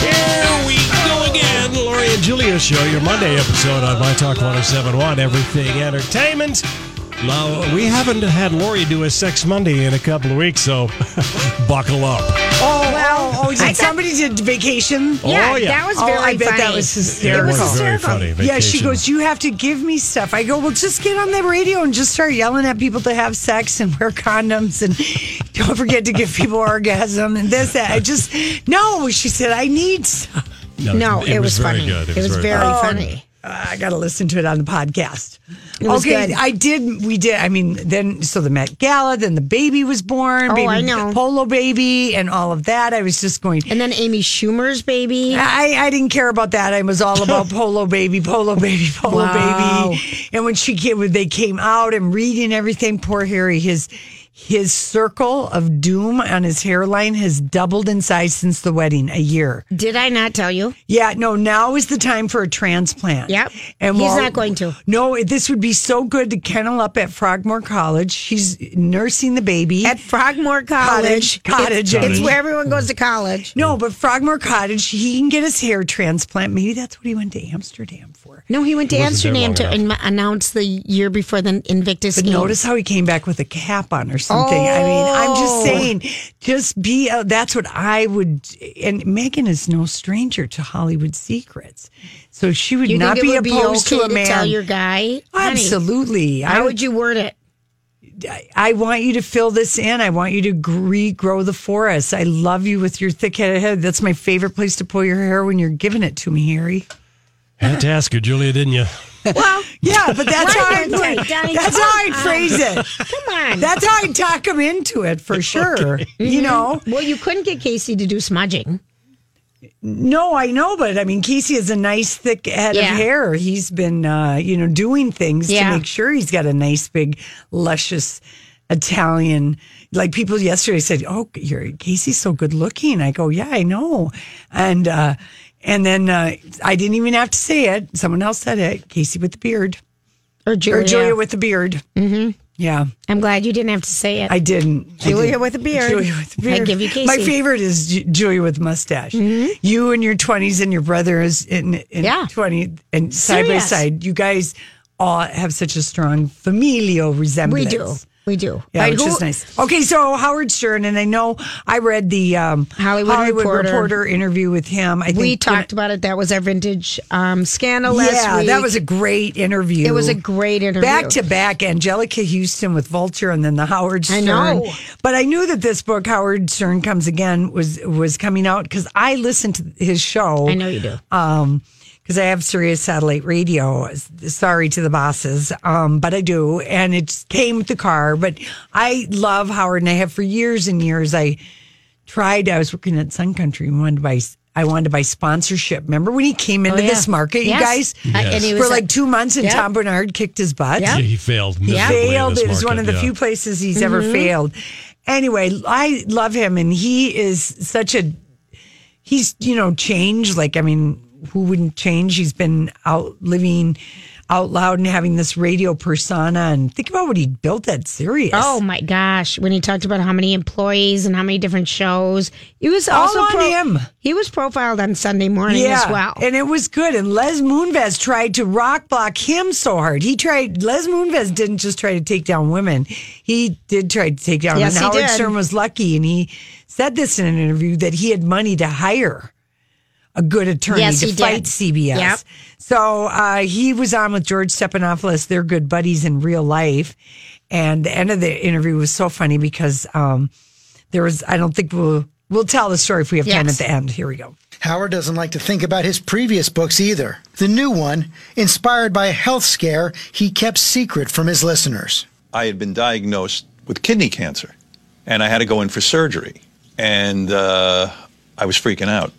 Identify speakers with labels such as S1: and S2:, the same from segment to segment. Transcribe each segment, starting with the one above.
S1: Here we go again. Lori and Julia show your Monday episode on My Talk 1071, Everything Entertainment. Now, we haven't had Lori do a Sex Monday in a couple of weeks, so buckle up.
S2: Oh, well, oh, did somebody did vacation?
S3: Yeah,
S1: oh, yeah.
S3: that was
S2: Oh,
S3: very
S2: I bet
S3: funny.
S2: that was
S1: it
S2: hysterical.
S1: was very
S3: hysterical.
S1: funny.
S2: Yeah, she
S1: Vacation.
S2: goes, You have to give me stuff. I go, Well, just get on the radio and just start yelling at people to have sex and wear condoms and don't forget to give people orgasm and this, that. I just, no, she said, I need stuff.
S3: No, it, was,
S1: very
S3: funny.
S1: good.
S3: It was very, funny.
S2: I got to listen to it on the podcast.
S3: was
S2: okay,
S3: good.
S2: I did. We did. I mean, then so the Met Gala, then the baby was born.
S3: Oh,
S2: baby,
S3: I know.
S2: Polo baby, and all of that. I was just going.
S3: And then Amy Schumer's baby.
S2: I, I didn't care about that. I was all about polo baby, polo baby, polo
S3: Wow.
S2: baby. And when she came, when they came out and reading everything, poor Harry, his his circle of doom on his hairline has doubled in size since the wedding, a year.
S3: Did I not tell you?
S2: Yeah, no, now is the time for a transplant.
S3: Yep. He's
S2: while-
S3: not going to.
S2: No, this would be so good to kennel up at Frogmore College. She's nursing the baby.
S3: At Frogmore
S2: Cottage,
S3: College.
S2: cottage,
S3: It's, it's
S2: Eddie.
S3: where everyone goes to college.
S2: no, but Frogmore Cottage, he can get his hair transplant. Maybe that's what he went to Amsterdam for.
S3: No, he went to
S1: wasn't there
S3: Amsterdam to
S1: long
S3: an- announce the year before the Invictus
S2: But
S3: Games.
S2: notice how he came back with a cap on or something. I mean, I'm just
S3: Oh.
S2: saying, just be. A, that's what I would. And Megan is no stranger to Hollywood secrets, so she would
S3: you
S2: not
S3: think
S2: be
S3: it would
S2: opposed
S3: be okay
S2: to a man.
S3: tell your guy? Honey,
S2: Absolutely. I
S3: how
S2: would.
S3: would you word it?
S2: I want you to fill this in. I want you to gr- regrow the forest. I love you with your thick head head. That's my favorite place to pull your hair when you're giving it to me, Harry.
S1: Had to ask her, Julia, didn't you?
S3: Well,
S2: Yeah, but that's how I.
S3: Right, Dante, Dante,
S2: That's how I'd
S3: come
S2: phrase it.
S3: come on.
S2: That's how I'd talk him into it for sure. You know.
S3: well, you couldn't get Casey to do smudging.
S2: No, I know, but I mean, Casey has a nice thick head
S3: Yeah.
S2: of hair. He's been, uh, you know, doing things
S3: Yeah.
S2: to make sure he's got a nice, big, luscious Italian. Like people yesterday said, "Oh, you're Casey's so good looking." I go, "Yeah, I know," and uh, and then uh, I didn't even have to say it. Someone else said it. Casey with the beard,
S3: Or
S2: or
S3: Julia.
S2: Julia with the beard. Mm-hmm. Yeah.
S3: I'm glad you didn't have to say it.
S2: I didn't.
S3: Julia
S2: I didn't.
S3: with a beard.
S2: Julia with a
S3: I
S2: beard.
S3: give you Casey. Mm-hmm.
S2: My favorite is Ju- Julia with mustache. You in your twenties and your brother is in, in
S3: Yeah.
S2: twenty and side by
S3: Serious.
S2: side. You guys all have such a strong familial resemblance.
S3: we do. We do.
S2: Yeah,
S3: Right,
S2: which
S3: who-
S2: is nice. Okay, so Howard Stern, and I know I read the um,
S3: Hollywood
S2: Reporter.
S3: Reporter.
S2: interview with him. I think
S3: We talked about it. That was our vintage um, scandal last
S2: yeah,
S3: week.
S2: that was a great interview.
S3: It was a great interview.
S2: Back to back, Angelica Houston with Vulture, and then the Howard
S3: I
S2: Stern.
S3: know.
S2: But I knew that this book, Howard Stern Comes Again, was was coming out because I listened to his show.
S3: I know you do.
S2: because Um, I have Sirius Satellite Radio. S- Sorry to the bosses, um, but I do, and it came with the car. But I love Howard, and I have for years and years. I tried. I was working at Sun Country. and wanted to buy. I wanted to buy sponsorship. Remember when he came into
S3: Oh, yeah.
S2: this market,
S3: Yes.
S2: you guys?
S3: I- and he was
S2: for like two months, and
S3: Yeah.
S2: Tom Bernard kicked his butt.
S3: Yeah.
S1: He failed. Yeah.
S2: Failed. It was one of the few places he's ever failed. Anyway, I love him, and he is such a he's you know changed. Like I mean, who wouldn't change? He's been out living out loud and having this radio persona. And think about what he built at Sirius.
S3: Oh my gosh! When he talked about how many employees and how many different shows, he was
S2: All
S3: also
S2: on him.
S3: He was profiled on Sunday morning as well.
S2: And it was good. And Les Moonves tried to rock block him so hard. He tried, Les Moonves didn't just try to take down women, he did try to take down.
S3: Yes,
S2: and
S3: he
S2: Howard
S3: did.
S2: Stern was lucky. And he said this in an interview that he had money to hire a good attorney
S3: Yes,
S2: to
S3: he did.
S2: fight CBS.
S3: Yep.
S2: So uh, he was on with George Stephanopoulos. They're good buddies in real life. And the end of the interview was so funny because um, there was, I don't think we'll, we'll tell the story if we have time at
S3: Yes.
S2: the end. Here we go.
S4: Howard doesn't like to think about his previous books either. The new one, inspired by a health scare he kept secret from his listeners.
S5: I had been diagnosed with kidney cancer, and I had to go in for surgery, and uh, I was freaking out.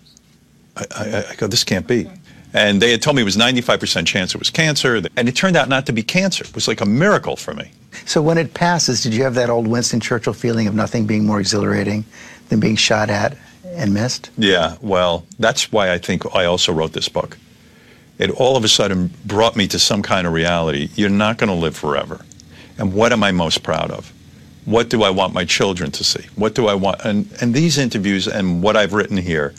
S5: I, I, I go, this can't be. And they had told me it was 95% chance it was cancer, and it turned out not to be cancer. It was like a miracle for me.
S4: So when it passes, did you have that old Winston Churchill feeling of nothing being more exhilarating than being shot at and missed?
S5: Yeah, well, that's why I think I also wrote this book. It all of a sudden brought me to some kind of reality. You're not going to live forever. And what am I most proud of? What do I want my children to see? What do I want? And, and these interviews and what I've written here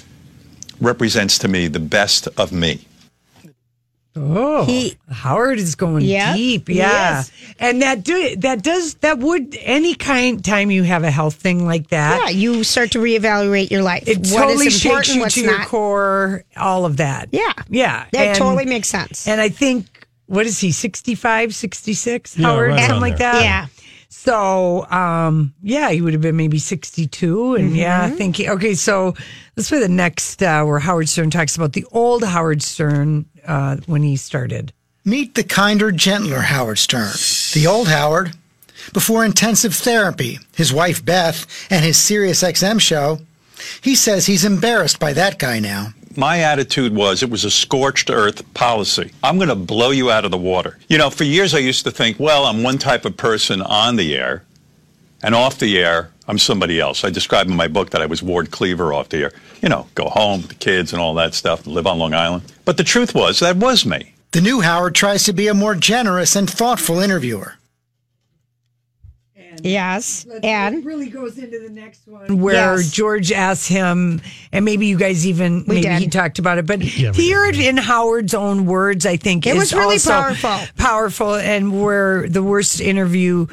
S5: represents to me the best of me.
S2: Oh, Howard is going
S3: Yeah,
S2: deep.
S3: he
S2: Yeah,
S3: is.
S2: and that do that does that would any kind time you have a health thing like that.
S3: Yeah, you start to reevaluate your life.
S2: It
S3: What
S2: totally
S3: is
S2: shakes
S3: important,
S2: you
S3: what's
S2: to your
S3: not.
S2: core. All of that.
S3: Yeah.
S2: yeah,
S3: That
S2: and-
S3: totally makes sense.
S2: And I think what is he 65, 66,
S1: Yeah,
S2: Howard,
S1: right
S2: something
S1: around
S2: like
S1: there.
S2: that.
S3: yeah.
S2: So, um, yeah, he would have been maybe 62. And yeah,
S3: Mm-hmm.
S2: I think, he, okay, so let's play the next, uh, where Howard Stern talks about the old Howard Stern, uh, when he started.
S4: Meet the kinder, gentler Howard Stern, the old Howard. Before intensive therapy, his wife Beth, and his Sirius XM show, he says he's embarrassed by that guy now.
S5: my attitude was it was a scorched earth policy. I'm going to blow you out of the water. You know, for years I used to think, well, I'm one type of person on the air, and off the air, I'm somebody else. I describe in my book that I was Ward Cleaver off the air. You know, go home, the kids, and all that stuff, live on Long Island. But the truth was, that was me.
S4: The new Howard tries to be a more generous and thoughtful interviewer.
S3: Yes. And
S2: really goes into the next one where
S3: Yes.
S2: George asked him, and maybe you guys even maybe
S3: did.
S2: he talked about it, but
S1: we
S2: to hear it in Howard's own words, I think
S3: It
S2: is
S3: was really
S2: also
S3: powerful.
S2: powerful, and where the worst interview,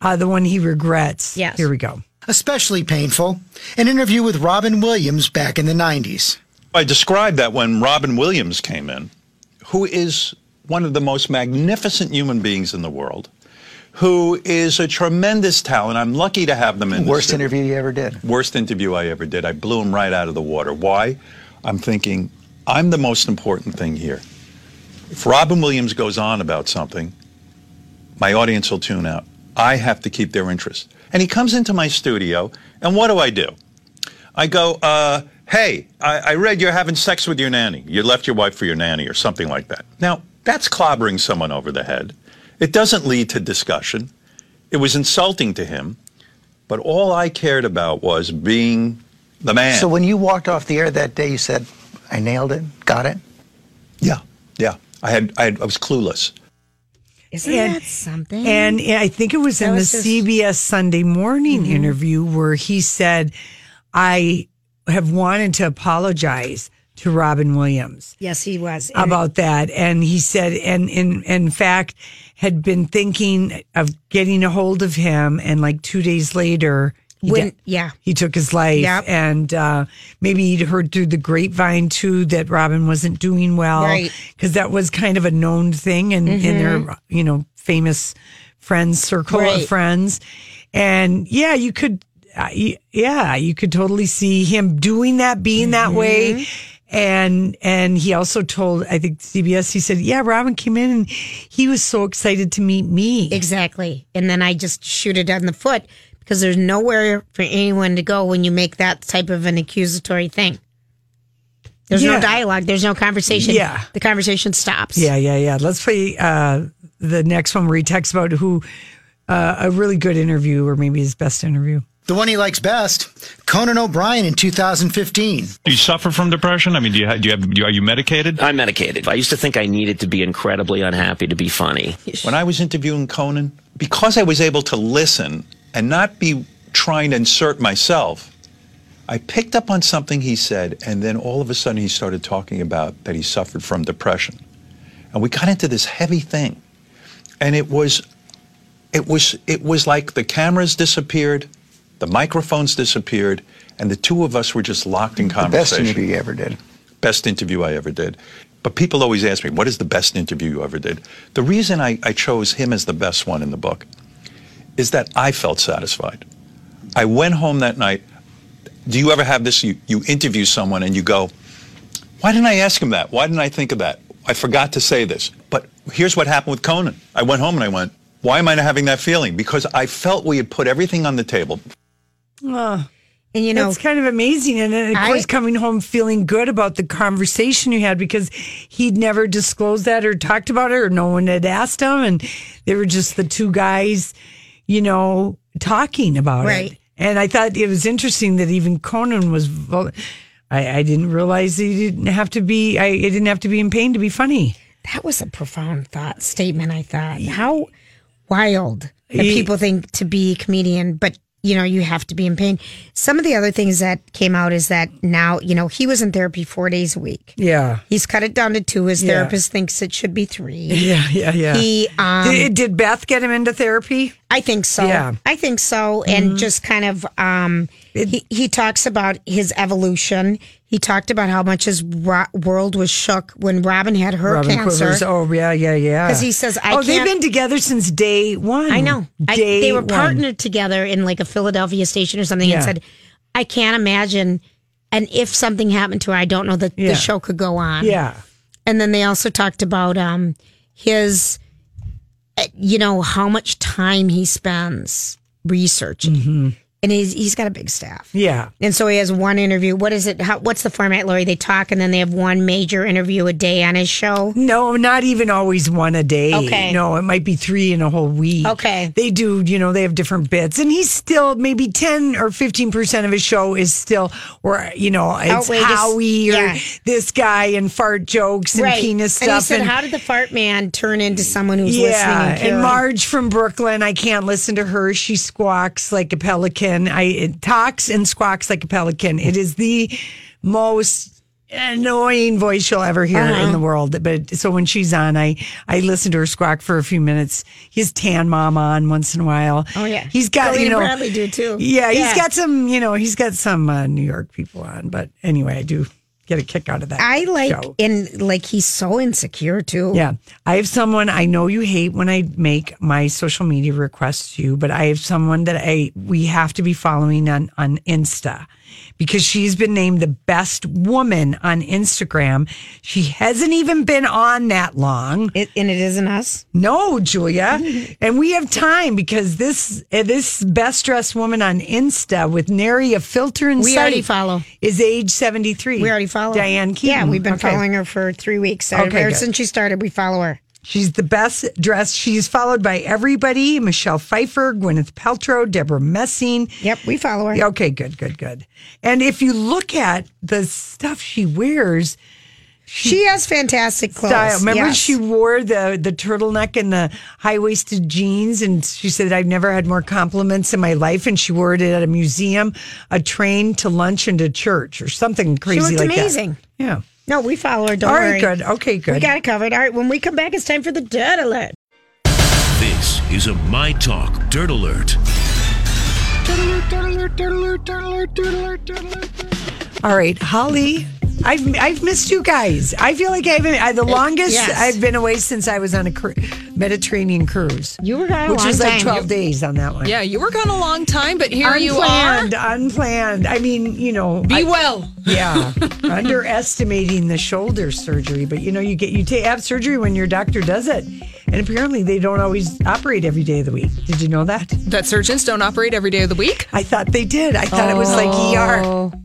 S2: uh, the one he regrets.
S3: Yes.
S2: here we go.
S4: Especially painful, an interview with Robin Williams back in the 90s.
S5: I described that when Robin Williams came in, who is one of the most magnificent human beings in the world, who is a tremendous talent. I'm lucky to have them in the
S4: Worst
S5: studio.
S4: interview you ever did.
S5: worst interview I ever did. I blew him right out of the water. Why? I'm thinking, I'm the most important thing here. If Robin Williams goes on about something, my audience will tune out. I have to keep their interest. And he comes into my studio, and what do I do? I go, uh, hey, I, I read you're having sex with your nanny. You left your wife for your nanny, or something like that. Now, that's clobbering someone over the head. It doesn't lead to discussion. It was insulting to him. But all I cared about was being the man.
S4: So when you walked off the air that day, you said, I nailed it, got it.
S5: yeah, yeah. I had, I had, I was clueless.
S3: isn't
S2: And-
S3: that something?
S2: And I think it was in
S3: Mm-hmm. was
S2: the
S3: just- Mm-hmm.
S2: CBS Sunday morning interview where he said, I have wanted to apologize to Robin Williams.
S3: yes, he was. And
S2: about that and he said and in in fact had been thinking of getting a hold of him and like two days later he
S3: when,
S2: di-
S3: yeah.
S2: he took his life
S3: Yep.
S2: and uh, maybe he'd heard through the grapevine too that robin wasn't doing well
S3: Right.
S2: because that was kind of a known thing in, in their you know famous friends circle
S3: Mm-hmm. Right.
S2: of friends and yeah you could uh, y- yeah you could totally see him doing that being that way and and he also told i think cbs he said yeah robin came in and he was so excited to meet me
S3: Exactly. And then I just shoot it on the foot because there's nowhere for anyone to go when you make that type of an accusatory thing. There's
S2: Yeah.
S3: no dialogue, there's no conversation.
S2: Yeah.
S3: The conversation stops.
S2: Yeah, yeah, yeah. Let's play uh, the next one where he talks about who uh, a really good interview or maybe his best interview.
S4: The one he likes best, Conan O'Brien in 2015.
S6: Do you suffer from depression? I mean, do you, ha- do you have, do you, are you medicated?
S7: I'm medicated. I used to think I needed to be incredibly unhappy to be funny.
S5: When I was interviewing Conan, because I was able to listen and not be trying to insert myself, I picked up on something he said, and then all of a sudden he started talking about that he suffered from depression. And we got into this heavy thing. And it was it was it was like the cameras disappeared, the microphones disappeared, and the two of us were just locked in
S4: The best
S5: conversation
S4: interview you ever did.
S5: best interview I ever did. But people always ask me, what is the best interview you ever did? The reason I, I chose him as the best one in the book is that I felt satisfied. I went home that night. Do you ever have this? You, you interview someone and you go, why didn't I ask him that? Why didn't I think of that? I forgot to say this. But here's what happened with Conan. I went home and I went, why am I not having that feeling? Because I felt we had put everything on the table.
S3: And you know,
S2: That's kind of amazing. And then, of
S3: I-
S2: course, coming home feeling good about the conversation you had because he'd never disclosed that or talked about it, or no one had asked him. And they were just the two guys, you know, talking about
S3: Right.
S2: it. And I thought it was interesting that even Conan was. Vul- I, I didn't realize that he didn't have to be. I it didn't have to be in pain to be funny.
S3: that was a profound thought statement. I thought how wild that
S2: Ye-
S3: people think to be a comedian, but you know, you have to be in pain. Some of the other things that came out is that now, you know, he was in therapy four days a week.
S2: Yeah,
S3: He's cut it down to two. His
S2: Yeah.
S3: therapist thinks it should be three.
S2: yeah, yeah, yeah.
S3: He, um,
S2: did, did Beth get him into therapy?
S3: I think so.
S2: Yeah. Mm-hmm.
S3: I think so. And just kind of, um, he, he talks about his evolution. He talked about how much his ro- world was shook when Robin had her
S2: Robin
S3: cancer.
S2: Quivers. Oh yeah, yeah, yeah.
S3: 'Cause he says, I
S2: oh, they've
S3: can't-
S2: been together since day one.
S3: I know. I,
S2: day
S3: they were
S2: one.
S3: partnered together in like a Philadelphia station or something
S2: Yeah.
S3: and said, I can't imagine. And if something happened to her, I don't know that
S2: Yeah.
S3: the show could go on.
S2: Yeah,
S3: And then they also talked about um, his, uh, you know, how much time he spends researching.
S2: Mm-hmm.
S3: And he's, he's got a big staff.
S2: yeah.
S3: And so he has one interview. What is it? How, what's the format, Lori? They talk and then they have one major interview a day on his show.
S2: No, not even always one a day.
S3: Okay.
S2: No, it might be three in a whole week.
S3: Okay.
S2: They do, you know, they have different bits. And he's still maybe 10 or 15% of his show is still, or, you know, it's
S3: Outrageous.
S2: Howie or
S3: Yeah.
S2: this guy and fart jokes and penis
S3: And he
S2: stuff.
S3: said, "How did the fart man turn into someone who's
S2: yeah,
S3: listening?"
S2: and
S3: caring?"
S2: Marge from Brooklyn, I can't listen to her. She squawks like a pelican. I it talks and squawks like a pelican. It is the most annoying voice you'll ever hear
S3: Uh-huh.
S2: in the world. But so when she's on, I I listen to her squawk for a few minutes. His tan mom on once in a while.
S3: Oh yeah,
S2: he's got
S3: Colleen
S2: you
S3: and
S2: know.
S3: Bradley do too.
S2: Yeah, he's got some, you know, he's got some uh, New York people on. But anyway, I do get a kick out of that.
S3: I like
S2: show.
S3: and like he's so insecure too.
S2: Yeah. I have someone I know you hate when I make my social media requests to you, but I have someone that I we have to be following on on Insta because she's been named the best woman on Instagram. She hasn't even been on that long.
S3: It, and it isn't us.
S2: No, Julia. and we have time because this uh, this best dressed woman on Insta with nary a filter in
S3: We
S2: sight
S3: already follow.
S2: is age 73.
S3: We already follow
S2: Diane Keaton.
S3: Yeah, we've been
S2: Okay.
S3: following her for three weeks.
S2: Okay,
S3: Ever
S2: good.
S3: since she started, we follow her.
S2: She's the best dressed. She's followed by everybody Michelle Pfeiffer, Gwyneth Paltrow, Deborah Messing.
S3: Yep, we follow her.
S2: Okay, good, good, good. And if you look at the stuff she wears,
S3: She has fantastic clothes.
S2: style. Remember,
S3: yes.
S2: she wore the the turtleneck and the high waisted jeans, and she said, "I've never had more compliments in my life." And she wore it at a museum, a train to lunch, and to church, or something crazy
S3: looked
S2: like
S3: amazing.
S2: that. Yeah.
S3: No, we follow her. Don't
S2: All
S3: worry.
S2: right. Good. Okay. Good.
S3: We got it covered. All right. When we come back, it's time for the dirt alert.
S8: This is a My Talk Dirt Alert.
S2: All right, Holly. I've I've missed you guys. I feel like I haven't. I, the longest
S3: yes.
S2: I've been away since I was on a cru- Mediterranean cruise.
S3: You were gone a
S2: which
S3: long
S2: was like
S3: time.
S2: twelve days on that one.
S9: Yeah, you were gone a long time, but here you are.
S2: unplanned, unplanned. I mean, you know,
S9: Be
S2: I-
S9: well.
S2: yeah, underestimating the shoulder surgery. But you know, you get you ta- have surgery when your doctor does it, and apparently they don't always operate every day of the week. Did you know that?
S9: That surgeons don't operate every day of the week.
S2: I thought they did. I thought it was like
S9: Oh.
S2: ER.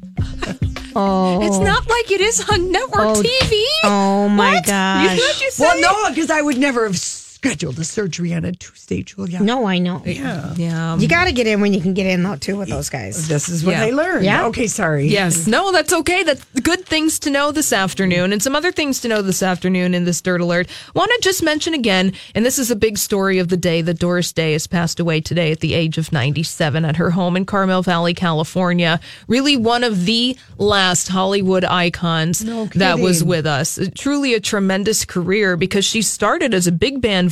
S9: It's not like it is on network TV.
S3: Oh my
S9: What? You
S3: gosh.
S9: thought you said
S2: Well, no, because I would never have s- scheduled a surgery on a Tuesday, Julia.
S3: No, I know.
S2: Yeah.
S9: Yeah.
S3: You got to get in when you can get in, though, too, with those guys.
S2: This is what
S9: Yeah.
S2: I learned.
S3: Yeah.
S2: Okay, sorry.
S9: Yes. No, that's okay. That's good things to know this afternoon, and some other things to know this afternoon in this dirt alert. Want to just mention again, and this is a big story of the day that Doris Day has passed away today at the age of 97 at her home in Carmel Valley, California. Really one of the last Hollywood icons that was
S2: kidding.
S9: with us. Uh, Truly a tremendous career because she started as a big band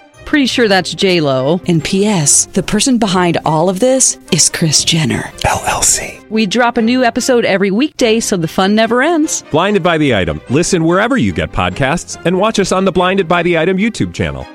S10: Pretty sure that's J Lo. And P.S. The person behind all of this is Chris Jenner LLC. We drop a new episode every weekday, so the fun never ends.
S11: Blinded by the item. Listen wherever you get podcasts, and watch us on the Blinded by the Item YouTube channel.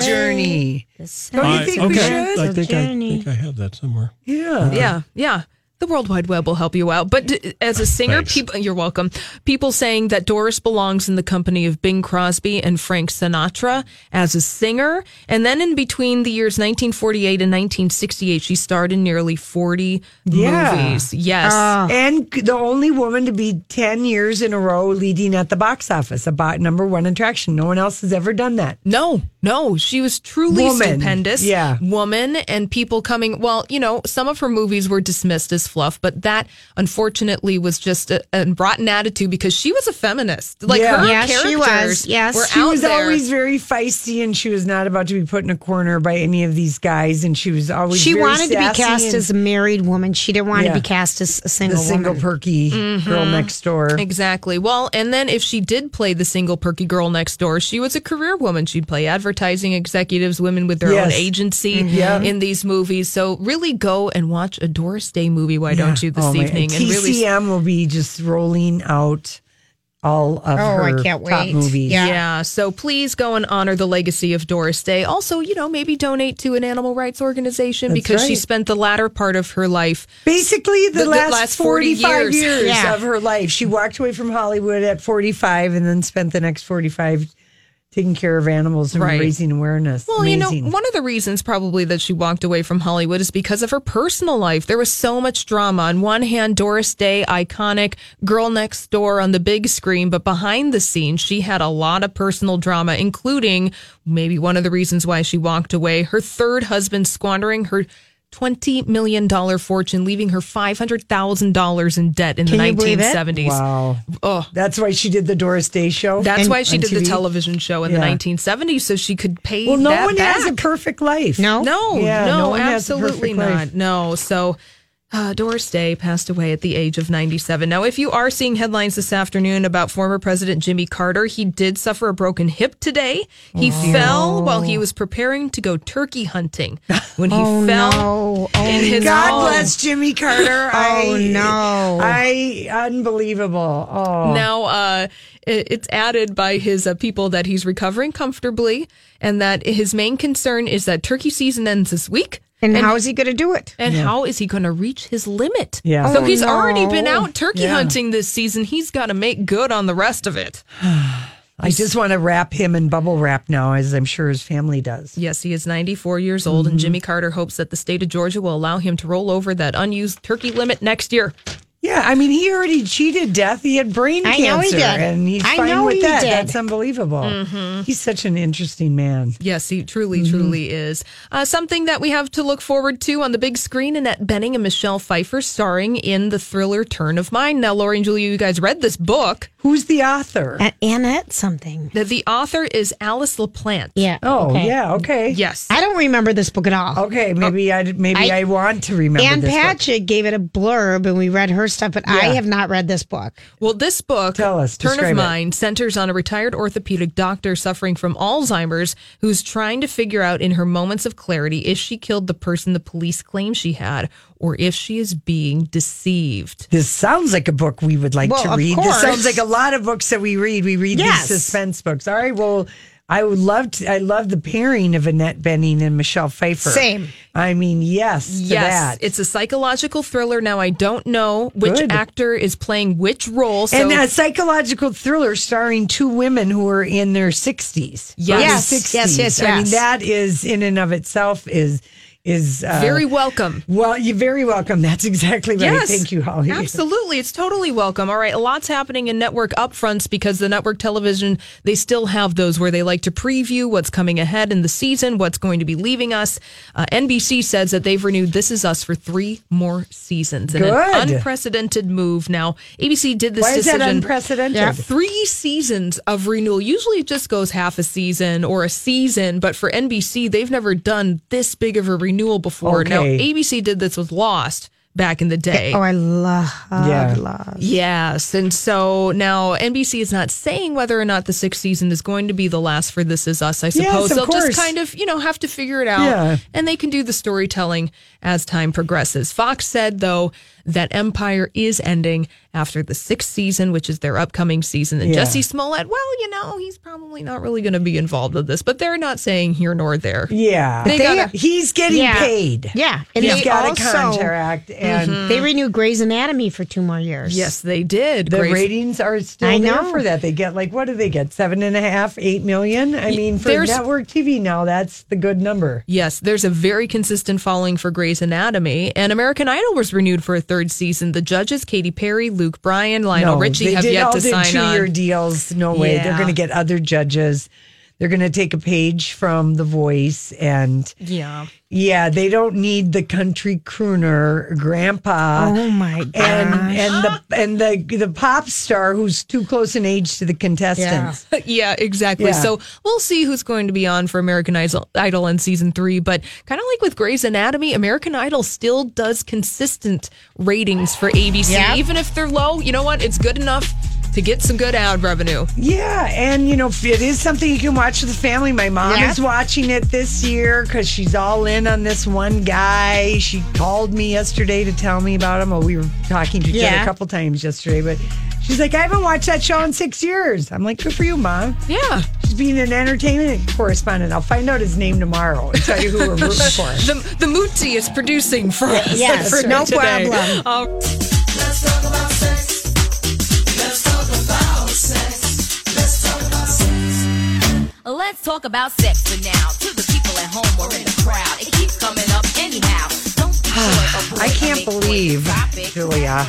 S2: Journey. Don't you
S1: I-
S2: think we
S1: okay.
S2: should?
S1: I think I, think I have that somewhere.
S2: Yeah.
S9: Yeah, yeah. The World Wide Web will help you out. But d- as a singer,
S1: Thanks.
S9: people, you're welcome. People saying that Doris belongs in the company of Bing Crosby and Frank Sinatra as a singer. And then in between the years 1948 and 1968, she starred in nearly 40
S2: Yeah. Ah.
S9: movies. Yes.
S2: And the only woman to be 10 years in a row leading at the box office, a bo- number one attraction. No one else has ever done that.
S9: No, no, she was truly
S2: Woman.
S9: stupendous.
S2: Yeah.
S9: Woman and people coming. Well, you know, some of her movies were dismissed as fluff, but that unfortunately was just a, and brought an attitude because she was a feminist. Like
S2: Yeah.
S9: her
S3: Yeah,
S9: characters
S3: she was. Yes.
S9: were
S2: She
S9: out
S2: was
S9: there.
S2: always very feisty and she was not about to be put in a corner by any of these guys. And she was always
S3: She
S2: very
S3: wanted to be
S2: sassy
S3: cast
S2: and
S3: as a married woman. She didn't want
S2: Yeah.
S3: to be cast as a
S2: the
S3: single
S2: single
S3: woman. Mm-hmm.
S2: perky girl next door.
S9: Exactly. Well, and then if she did play the single perky girl next door, she was a career woman. She'd play advertising executives, women with their own
S2: Yes. Mm-hmm.
S9: agency
S2: Yeah.
S9: in these movies. So really go and watch a Doris Day movie. Why don't you this
S2: Oh, man.
S9: evening?
S2: TCM
S9: really
S2: will be just rolling out all of
S3: Oh, I
S2: her
S3: can't
S2: top
S3: wait.
S2: movies.
S9: Yeah. So please go and honor the legacy of Doris Day. Also, you know, maybe donate to an animal rights organization
S2: That's
S9: because she
S2: right.
S9: spent the latter part of her life.
S2: Basically, the,
S9: The- the
S2: last,
S9: last 40
S2: 45
S9: years.
S2: years,
S3: Yeah.
S2: of her life. She walked away from Hollywood at 45 and then spent the next 45 taking care of animals and
S9: Right.
S2: raising awareness.
S9: Well, you
S2: Amazing.
S9: know, one of the reasons probably that she walked away from Hollywood is because of her personal life. There was so much drama. On one hand, Doris Day, iconic girl next door on the big screen, but behind the scenes, she had a lot of personal drama, including maybe one of the reasons why she walked away her third husband squandering her. $20 million fortune, leaving her $500,000 in debt in the
S3: Can you believe it?
S9: 1970s.
S2: Wow.
S9: Oh,
S2: That's why she did the Doris Day show.
S9: that's why she
S2: on
S9: did the
S2: TV?
S9: television show in the
S2: Yeah.
S9: 1970s so she could pay
S2: Well, no
S9: that
S2: one has a
S9: back.
S2: perfect life.
S3: No?
S9: No,
S2: Yeah,
S9: no,
S2: no one has a
S9: absolutely
S2: perfect
S9: not.
S2: life.
S9: No. So uh, Doris Day passed away at the age of 97. Now, if you are seeing headlines this afternoon about former President Jimmy Carter, he did suffer a broken hip today. He fell while he was preparing to go turkey hunting when he fell
S3: no. Oh,
S9: in his
S3: God
S9: home.
S2: bless Jimmy Carter.
S3: Oh,
S2: I,
S3: no.
S2: I unbelievable. Oh,
S9: Now, uh, it- it's added by his uh, people that he's recovering comfortably and that his main concern is that turkey season ends this week.
S3: And, how is he going to do it?
S9: And how is he going to reach his limit?
S2: Yeah.
S9: So
S3: Oh,
S9: he's
S3: no.
S9: already been out turkey
S2: Yeah.
S9: hunting this season. He's got to make good on the rest of it.
S2: I just want to wrap him in bubble wrap now, as I'm sure his family does.
S9: Yes, he is 94 years old,
S2: Mm-hmm.
S9: and Jimmy Carter hopes that the state of Georgia will allow him to roll over that unused turkey limit next year.
S2: Yeah, I mean, he already cheated death. He had brain
S3: I know he
S2: cancer,
S3: did.
S2: and he's
S3: I
S2: fine
S3: know
S2: with
S3: he
S2: that.
S3: did. Mm-hmm.
S2: That's unbelievable. He's such an interesting man.
S9: Yes, he truly,
S2: Mm-hmm.
S9: truly is. Uh, something that we have to look forward to on the big screen Annette Benning and Michelle Pfeiffer starring in the thriller Turn of Mind. Now, Lori and Julia, you guys read this book.
S2: Who's the author?
S3: A- Annette something.
S9: The, the author is Alice LaPlante.
S3: Yeah.
S2: Oh, yeah, okay.
S9: Yes.
S3: I don't remember this book at all.
S2: Okay, maybe I maybe I, want to remember.
S3: Anne
S2: this book.
S3: Patchett gave it a blurb and we read her stuff, but I
S2: Yeah.
S3: have not read this book.
S9: Well, this book,
S2: Tell us,
S9: Turn
S2: describe it.
S9: of Mind, centers on a retired orthopedic doctor suffering from Alzheimer's who's trying to figure out in her moments of clarity if she killed the person the police claim she had or if she is being deceived.
S2: This sounds like a book we would like
S9: Well,
S2: to
S9: of
S2: read.
S9: course.
S2: This sounds like a lot of books that we read. We read
S3: Yes.
S2: these suspense books. All right. Well, I would love to. I love the pairing of Annette Benning and Michelle Pfeiffer.
S3: Same.
S2: I mean, yes, to
S9: Yes,
S2: that.
S9: it's a psychological thriller. Now, I don't know which
S2: Good.
S9: actor is playing which role. So
S2: and a psychological thriller starring two women who are in their sixties.
S9: Yes. Yes,
S3: yes, yes,
S2: I mean,
S3: yes.
S2: that is in and of itself is is uh,
S9: very welcome.
S2: well. You're very welcome. That's exactly right.
S9: Yes.
S2: Thank you, Holly.
S9: Absolutely. It's totally welcome. All right. A lot's happening in network upfronts because the network television, they still have those where they like to preview what's coming ahead in the season, what's going to be leaving us. Uh, NBC says that they've renewed This Is Us for three more seasons. And An
S2: Good.
S9: unprecedented move. Now, ABC did this
S2: Why is
S9: decision.
S2: that unprecedented?
S9: Yeah, three seasons of renewal. Usually it just goes half a season or a season, but for NBC, they've never done this big of a renewal before. Now,
S2: Okay.
S9: ABC did this with Lost back in the day.
S3: Oh, I love
S2: Yeah.
S3: love.
S9: Yes. And so now NBC is not saying whether or not the sixth season is going to be the last for This Is Us, I
S2: Yes,
S9: suppose.
S2: of
S9: They'll
S2: course.
S9: just kind of, you know, have to figure it out.
S2: Yeah.
S9: And they can do the storytelling as time progresses. Fox said, though, that Empire is ending after the sixth season, which is their upcoming season. And
S2: Yeah.
S9: Jesse Smollett, well, you know, he's probably not really going to be involved with this, but they're not saying here nor there.
S2: Yeah.
S9: They gotta-
S2: he's getting
S3: Yeah.
S2: paid.
S3: Yeah. And
S2: He's
S3: they
S2: got
S3: also-
S2: a contract and
S9: Mm-hmm.
S3: They renewed Grey's Anatomy for two more years.
S9: Yes, they did.
S2: the
S9: Grace-
S2: ratings are still
S3: I
S2: there
S3: know.
S2: for that. They get like what do they get? Seven and a half, eight million? I mean, for
S9: there's-
S2: network TV now, that's the good number.
S9: Yes, there's a very consistent following for Grey's Anatomy, and American Idol was renewed for a third season. The judges, Katy Perry, Luke Bryan, Lionel
S2: No,
S9: Richie,
S2: they
S9: have
S2: did,
S9: yet
S2: all
S9: to
S2: did
S9: sign
S2: two-year
S9: on.
S2: deals. No way. They're
S9: Yeah.
S2: going to get other judges. They're going to take a page from The Voice and
S9: Yeah.
S2: yeah, they don't need the country crooner grandpa.
S3: Oh my god.
S2: and and the and the the pop star who's too close in age to the contestants.
S9: Yeah, exactly.
S2: Yeah.
S9: So we'll see who's going to be on for American Idol, Idol in season three. But kind of like with Grey's Anatomy, American Idol still does consistent ratings for ABC.
S3: Yeah.
S9: Even if they're low, you know what? It's good enough to get some good ad revenue.
S2: Yeah, and you know it is something you can watch with the family. My mom
S3: Yeah.
S2: is watching it this year because she's all in on this one guy. She called me yesterday to tell me about him. Well, we were talking to each other
S3: Yeah.
S2: a couple times yesterday, but she's like, "I haven't watched that show in six years." I'm like, "Good for you, mom."
S9: Yeah.
S2: She's being an entertainment correspondent. I'll find out his name tomorrow and tell you who we're rooting for.
S9: The, the Mootie is producing for us.
S3: Yes,
S9: for
S3: no
S9: today.
S3: problem.
S9: All
S12: Let's talk about sex for now. To the people at home or in the crowd, it keeps coming up anyhow. Don't be sure
S2: I can't believe, Julia.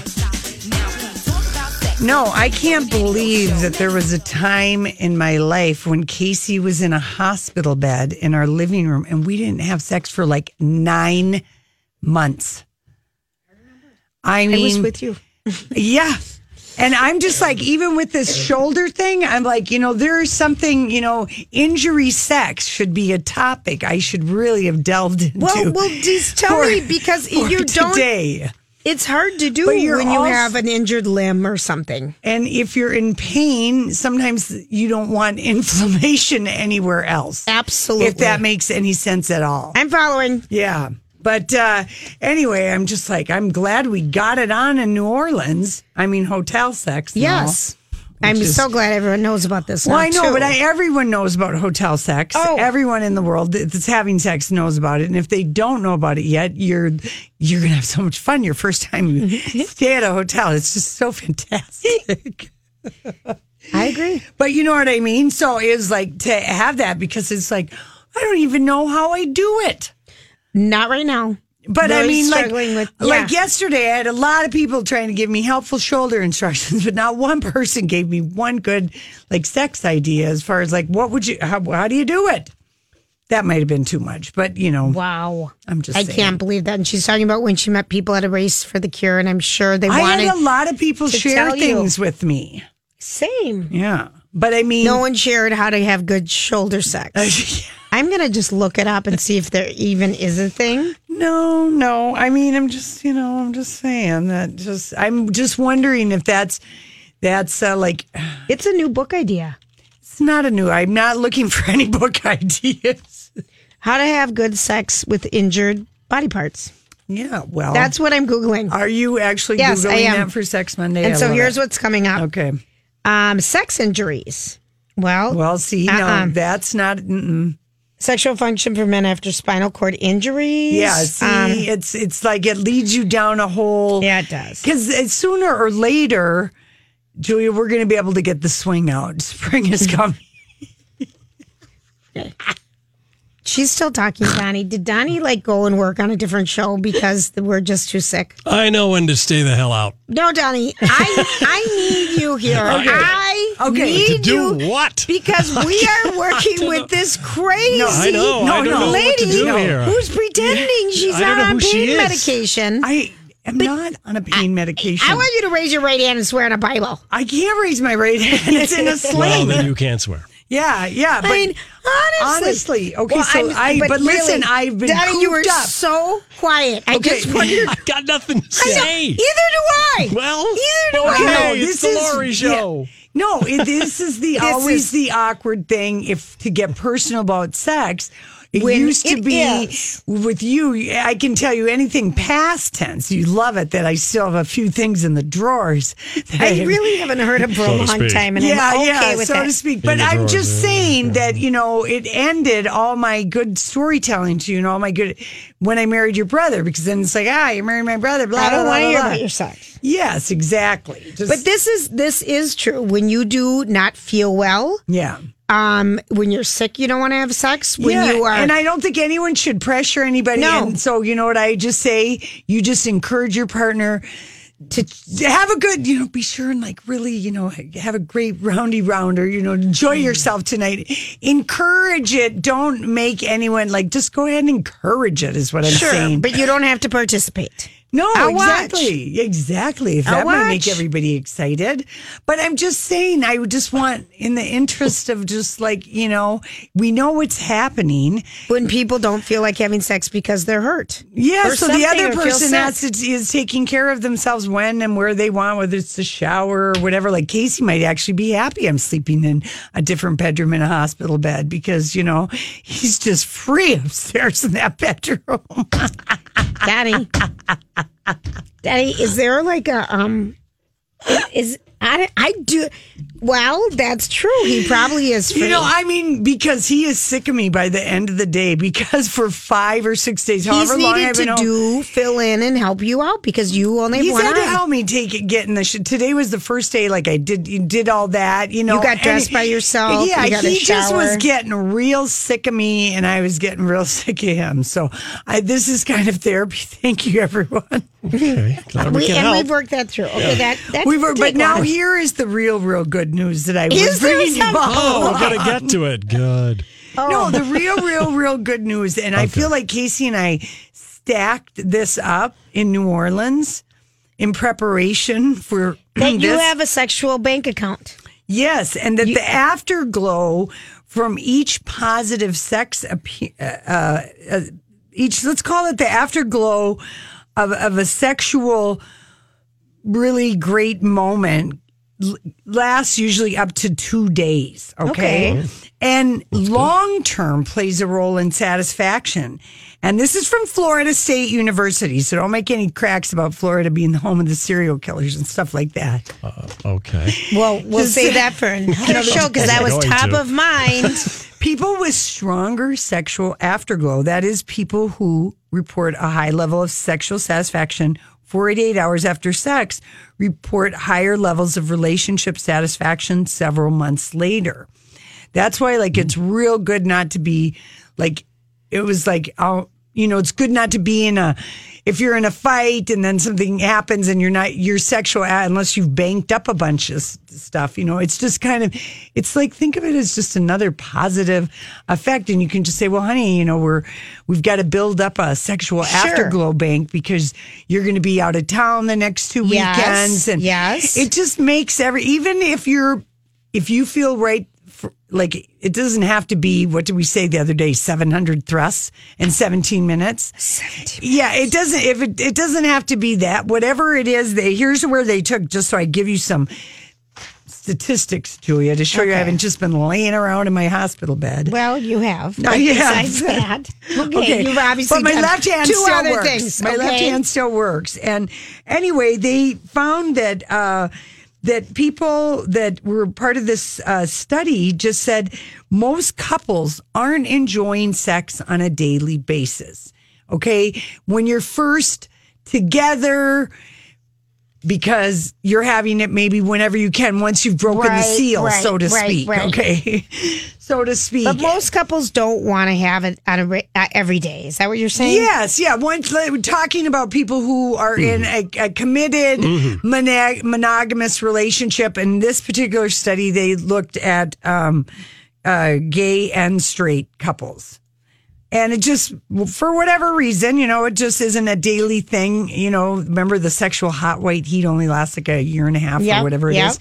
S2: No, I can't believe that there was a time in my life when Casey was in a hospital bed in our living room and we didn't have sex for like nine months. I mean,
S3: I was with you.
S2: yeah. And I'm just like, even with this shoulder thing, I'm like, you know, there is something, you know, injury sex should be a topic I should really have delved into.
S3: Well, well, just tell
S2: for-
S3: me because
S2: for
S3: you don't.
S2: today.
S3: It's hard to do
S2: But you're
S3: when you
S2: also-
S3: have an injured limb or something.
S2: And if you're in pain, sometimes you don't want inflammation anywhere else.
S3: Absolutely.
S2: If that makes any sense at all.
S3: I'm following.
S2: Yeah. But uh, anyway, I'm just like, I'm glad we got it on in New Orleans. I mean, hotel sex. and all.
S3: Yes. I'm
S2: is-
S3: so glad everyone knows about this.
S2: Well,
S3: now,
S2: I know,
S3: too.
S2: but I, everyone knows about hotel sex.
S3: Oh.
S2: Everyone in the world that's having sex knows about it, and if they don't know about it yet, you're you're gonna have so much fun your first time you stay at a hotel. It's just so fantastic.
S3: I agree.
S2: But you know what I mean. So it's like to have that because it's like I don't even know how I do it.
S3: Not right now.
S2: But I
S3: Really
S2: mean, like,
S3: struggling with-
S2: like
S3: yeah.
S2: yesterday, I had a lot of people trying to give me helpful shoulder instructions, but not one person gave me one good like sex idea as far as like what would you how, how do you do it? That might have been too much, but you know,
S3: Wow.
S2: I'm just
S3: I
S2: saying.
S3: can't believe that. And she's talking about when she met people at a race for the cure, and I'm sure they
S2: I
S3: wanted.
S2: had a lot of people
S3: to
S2: share
S3: tell you.
S2: things with me.
S3: Same.
S13: Yeah.
S3: But I mean, no one shared how to have good shoulder sex. I'm gonna just look it up and see if there even is a thing.
S2: No, no. I mean, I'm just, you know, I'm just saying that. Just, I'm just wondering if that's, that's uh, like,
S3: it's a new book idea.
S2: It's not a new. I'm not looking for any book ideas.
S3: How to have good sex with injured body parts.
S2: Yeah, well,
S3: that's what I'm googling.
S2: Are you actually
S3: Yes,
S2: googling
S3: Oh, I am.
S2: that for Sex Monday?
S3: and
S2: I
S3: so
S2: love
S3: here's
S2: it.
S3: what's coming up.
S2: Okay.
S3: Um, sex injuries. Well,
S2: Well, see,
S3: uh-uh.
S2: no, that's not. Mm-mm.
S3: sexual function for men after spinal cord injuries.
S2: Yeah, see,
S3: Um,
S2: it's it's like it leads you down a hole.
S3: Yeah, it does.
S2: Because sooner or later, Julia, we're going to be able to get the swing out. Spring is coming.
S3: she's still talking, Donnie. Did Donnie like go and work on a different show because we're just too sick?
S1: I know when to stay the hell out.
S3: No, Donnie, I I need you here.
S1: Okay.
S3: I
S1: Okay.
S3: need
S1: To do
S3: you
S1: what?
S3: Because we are
S1: don't
S3: working with this crazy
S1: No, I know. I don't know what to
S3: lady
S1: do here.
S3: who's pretending she's
S2: I don't
S3: not
S2: know
S3: on
S2: who she
S3: pain
S2: is.
S3: medication.
S2: I am not on a pain medication.
S3: I want you to raise your right hand and swear on a Bible.
S2: I can't raise my right hand. It's in a
S1: Well,
S2: sling.
S1: then you can't swear.
S2: yeah, yeah. But
S3: I mean, honestly.
S2: honestly, okay.
S3: Well,
S2: so
S3: I'm-
S2: I, but, listen,
S3: really,
S2: I've been
S3: Daddy, you were
S2: cooped up.
S3: so quiet. I
S1: Okay.
S3: just wondered.
S1: I got nothing to
S3: I know.
S1: say.
S3: Either do I.
S1: Well,
S3: either do
S1: okay,
S3: I.
S2: No,
S1: it's the Lori show.
S2: yeah. no, it, this is the
S3: This
S2: always
S3: is-
S2: the awkward thing if to get personal about sex. It
S3: When
S2: used to
S3: it
S2: be
S3: is.
S2: with you. I can tell you anything past tense. You love it that I still have a few things in the drawers. that
S3: I really haven't heard him
S1: So
S3: for a
S1: to
S3: long
S1: speak.
S3: time, and
S2: yeah,
S3: I'm okay
S2: yeah,
S3: with
S2: so
S3: that.
S2: to speak. But
S1: the
S2: I'm
S1: drawers,
S2: just
S1: yeah,
S2: saying that you know it ended all my good storytelling to you and all my good when I married your brother because then it's like ah you married my brother. Blah,
S3: I don't
S2: blah,
S3: want to
S2: blah,
S3: hear
S2: blah.
S3: about your sex.
S2: Yes, exactly. Just-
S3: But this is this is true. When you do not feel well,
S2: yeah.
S3: um, when you're sick, you don't want to have sex. When
S2: Yeah,
S3: you are,
S2: and I don't think anyone should pressure anybody.
S3: No.
S2: And so you know what I just say? You just encourage your partner to have a good, you know, be sure and like really, you know, have a great roundy rounder. You know, enjoy
S3: Mm.
S2: yourself tonight. Encourage it. Don't make anyone like just go ahead and encourage it. Is what I'm
S3: sure,
S2: saying.
S3: but you don't have to participate.
S2: No,
S3: I'll
S2: exactly. Exactly. If that
S3: I'll
S2: might make
S3: watch.
S2: everybody excited. But I'm just saying, I would just want, in the interest of just like, you know, we know what's happening.
S3: When people don't feel like having sex because they're hurt,
S2: Yeah,
S3: Or
S2: so the
S3: something,
S2: other
S3: or feel
S2: person
S3: sick.
S2: has to, is taking care of themselves when and where they want, whether it's the shower or whatever. Like Casey might actually be happy I'm sleeping in a different bedroom in a hospital bed because, you know, he's just free upstairs in that bedroom.
S3: Daddy. Daddy, is there like a um? Is I I do? Well, that's true. He probably is. Free.
S2: You know, I mean, because he is sick of me by the end of the day. Because for five or six days,
S3: he's
S2: however long
S3: needed
S2: I've been
S3: to
S2: home,
S3: do fill in and help you out because you only have
S2: he's
S3: one
S2: had to
S3: eye.
S2: help me take it, get in the. Sh- Today was the first day. Like I did, you did all that. You know,
S3: You got dressed by yourself,
S2: Yeah,
S3: you got a
S2: he just was
S3: shower.
S2: getting real sick of me, and I was getting real sick of him. So I, this is kind of therapy. Thank you, everyone.
S1: Okay, glad we,
S3: we,
S1: can
S3: and
S1: help.
S3: we've worked that through. Okay, that that
S2: We
S3: didn't
S2: were, but
S3: take
S2: now
S3: long.
S2: here is the real, real good news that I
S3: Is
S2: was
S3: there
S2: bringing you
S3: some-
S1: oh,
S2: all.
S1: we're gonna get to it. Good.
S2: No,
S3: Oh.
S2: the real, real, real good news. And I feel like Casey and I stacked this up in New Orleans in preparation for
S3: that you
S2: this.
S3: have a sexual bank account.
S2: yes, and that the afterglow from each positive sex appe- uh, uh, uh, each let's call it the afterglow of of a sexual really great moment l- lasts usually up to two days. Okay.
S3: Okay.
S2: And long term plays a role in satisfaction. And this is from Florida State University. So don't make any cracks about Florida being the home of the serial killers and stuff like that.
S1: Okay.
S3: Well, we'll say that for another show because that was
S1: Going
S3: top
S1: to.
S3: of mind.
S2: People with stronger sexual afterglow, that is, people who report a high level of sexual satisfaction 48 hours after sex, report higher levels of relationship satisfaction several months later. That's why, like, it's real good not to be like, it was like, oh, You know, it's good not to be in a if you're in a fight and then something happens and you're not your sexual act unless you've banked up a bunch of s- stuff. You know, it's just kind of it's like think of it as just another positive effect, and you can just say, well, honey, you know, we're we've got to build up a sexual afterglow bank because you're going to be out of town the next two
S3: Yes,
S2: weekends, and
S3: yes.
S2: it just makes every even if you're if you feel right for, like it doesn't have to be what did we say the other day 700 thrusts in 17 minutes, yeah it doesn't if it, it doesn't have to be that whatever it is they here's where they took just so i give you some statistics julia to show you i
S3: Okay.
S2: haven't just been laying around in my hospital bed
S3: Well, you have.
S2: No,
S3: but
S2: yeah.
S3: Besides that, okay, you've obviously
S2: But my
S3: done
S2: left hand
S3: two
S2: still
S3: other
S2: works.
S3: things.
S2: My left
S3: okay?
S2: hand still works. And anyway, they found that uh, that people that were part of this uh, study just said most couples aren't enjoying sex on a daily basis. Okay, when you're first together. Because you're having it maybe whenever you can, once you've broken the
S3: Right,
S2: seal,
S3: right,
S2: so to
S3: right,
S2: speak.
S3: right.
S2: Okay. so to speak.
S3: But most couples don't want to have it on a re- uh, every day. Is that what you're saying?
S2: Yes, yeah. Once like, we're talking about people who are
S3: Hmm.
S2: in a, a committed
S3: Mhm.
S2: monog- monogamous relationship, in this particular study, they looked at um, uh, gay and straight couples. And it just, for whatever reason, you know, it just isn't a daily thing. You know, remember the sexual hot white heat only lasts like a year and a half
S3: Yep,
S2: or whatever it is.
S3: yep.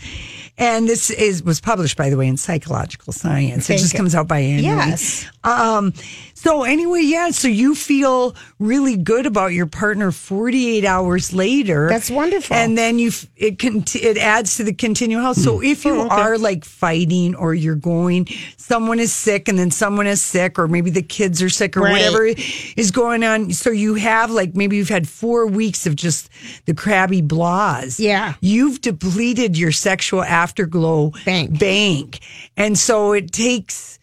S2: And this is was published, by the way, in Psychological Science.
S3: Thank
S2: it just
S3: you.
S2: comes out biannually.
S3: Yes.
S2: Um, so anyway, yeah. So you feel really good about your partner 48 hours later.
S3: That's wonderful.
S2: And then you, f- it can, it adds to the continual health.
S3: Mm.
S2: So if
S3: Oh,
S2: you are like fighting or you're going, someone is sick and then someone is sick or maybe the kids are sick or
S3: Right.
S2: whatever is going on. So you have like, maybe you've had four weeks of just the crabby blahs.
S3: Yeah.
S2: You've depleted your sexual afterglow bank. bank. And so it takes,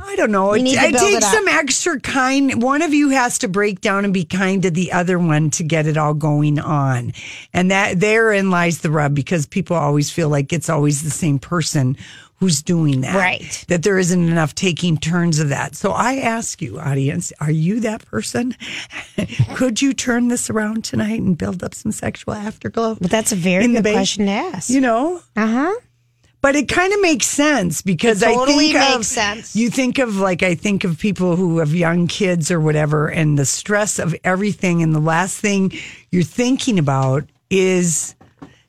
S2: I don't know.
S3: We
S2: It,
S3: need to
S2: it
S3: build it
S2: takes
S3: up.
S2: some extra kind. One of you has to break down and be kind to the other one to get it all going on, and that therein lies the rub because people always feel like it's always the same person who's doing that.
S3: Right.
S2: That there isn't enough taking turns of that. So I ask you, audience, are you that person? Could you turn this around tonight and build up some sexual afterglow?
S3: But that's a very
S2: in the
S3: good
S2: bank?
S3: question to ask.
S2: You know.
S3: Uh huh.
S2: But it kind of makes sense because
S3: It totally
S2: I think of,
S3: makes sense.
S2: you think of like I think of people who have young kids or whatever, and the stress of everything, and the last thing you're thinking about is